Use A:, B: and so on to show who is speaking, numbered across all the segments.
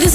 A: this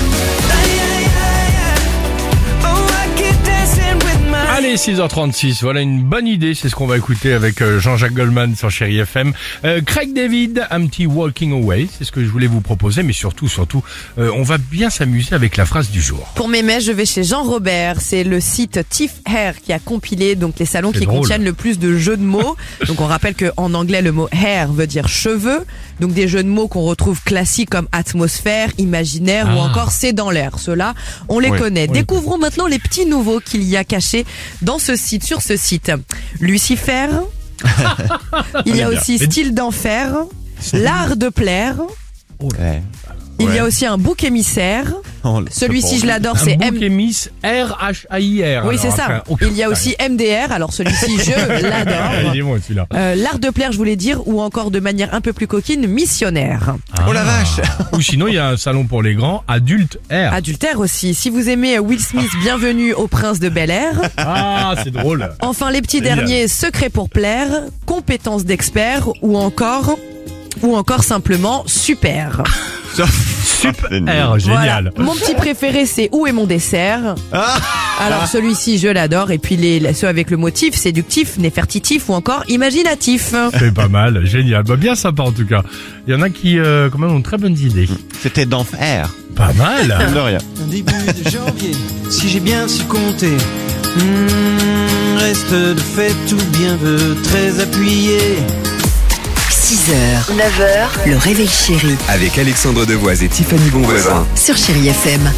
B: Allez, 6h36, voilà une bonne idée, c'est ce qu'on va écouter avec euh, Jean-Jacques Goldman sur Chéri FM. Euh, Craig David, un petit Walking Away, c'est ce que je voulais vous proposer, mais surtout, surtout, euh, on va bien s'amuser avec la phrase du jour.
C: Pour mes mets, je vais chez Jean Robert. C'est le site Tiff Hair qui a compilé donc les salons
B: C'est
C: qui
B: drôle.
C: contiennent le plus de jeux de mots. donc on rappelle que en anglais le mot hair veut dire cheveux. Donc des jeux de mots qu'on retrouve classiques comme atmosphère, imaginaire ou
B: Ah.
C: encore c'est dans l'air. Ceux-là, on les
B: Ouais,
C: connaît.
B: on les
C: Découvrons maintenant les petits nouveaux qu'il y a cachés dans ce site, sur ce site. Lucifer. Il y a
B: bien.
C: aussi
B: Et-
C: style d'enfer, l'art de plaire.
B: Oh
D: Ouais.
C: Il y a
D: Ouais.
C: aussi un bouc émissaire.
D: Oh,
C: Celui-ci, je l'adore,
B: Un
C: c'est
B: bouc
C: M.
B: et Miss R-H-A-I-R.
C: Oui,
B: Alors,
C: c'est ça.
B: enfin, oh,
C: Il y a
B: putain,
C: aussi hein. MDR. Alors celui-ci, je
B: il
C: l'adore.
B: est bon, celui-là.
C: Euh, L'art de plaire, je voulais dire, ou encore de manière un peu plus coquine, missionnaire.
D: Oh la vache
B: Ah. Ou sinon, il y a un salon pour les grands, adulte R.
C: Adultère aussi. Si vous aimez Will Smith, bienvenue au prince de Bel Air.
B: Ah, c'est drôle.
C: Enfin, les petits
B: Génial.
C: derniers, secret pour plaire, compétences d'expert, ou encore, ou encore simplement super.
B: Super
D: C'est nul.
B: R, génial.
C: Voilà. Mon petit préféré, c'est où est mon dessert
D: Ah
C: Alors celui-ci, je l'adore. Et puis les, ceux avec le motif séductif, néfertitif ou encore imaginatif.
B: C'est pas mal, génial. Bah, bien sympa en tout cas. Il y en a qui, euh, quand même, ont de très bonnes idées.
D: C'était d'enfer.
B: Pas mal.
D: De rien.
E: Un début de janvier, si j'ai bien su compter. Hmm, reste de fait tout bien veut très appuyé.
F: 6h, 9h, le réveil chéri
G: avec Alexandre Devoise et Tiffany Bonvoisin.
F: sur Chérie FM.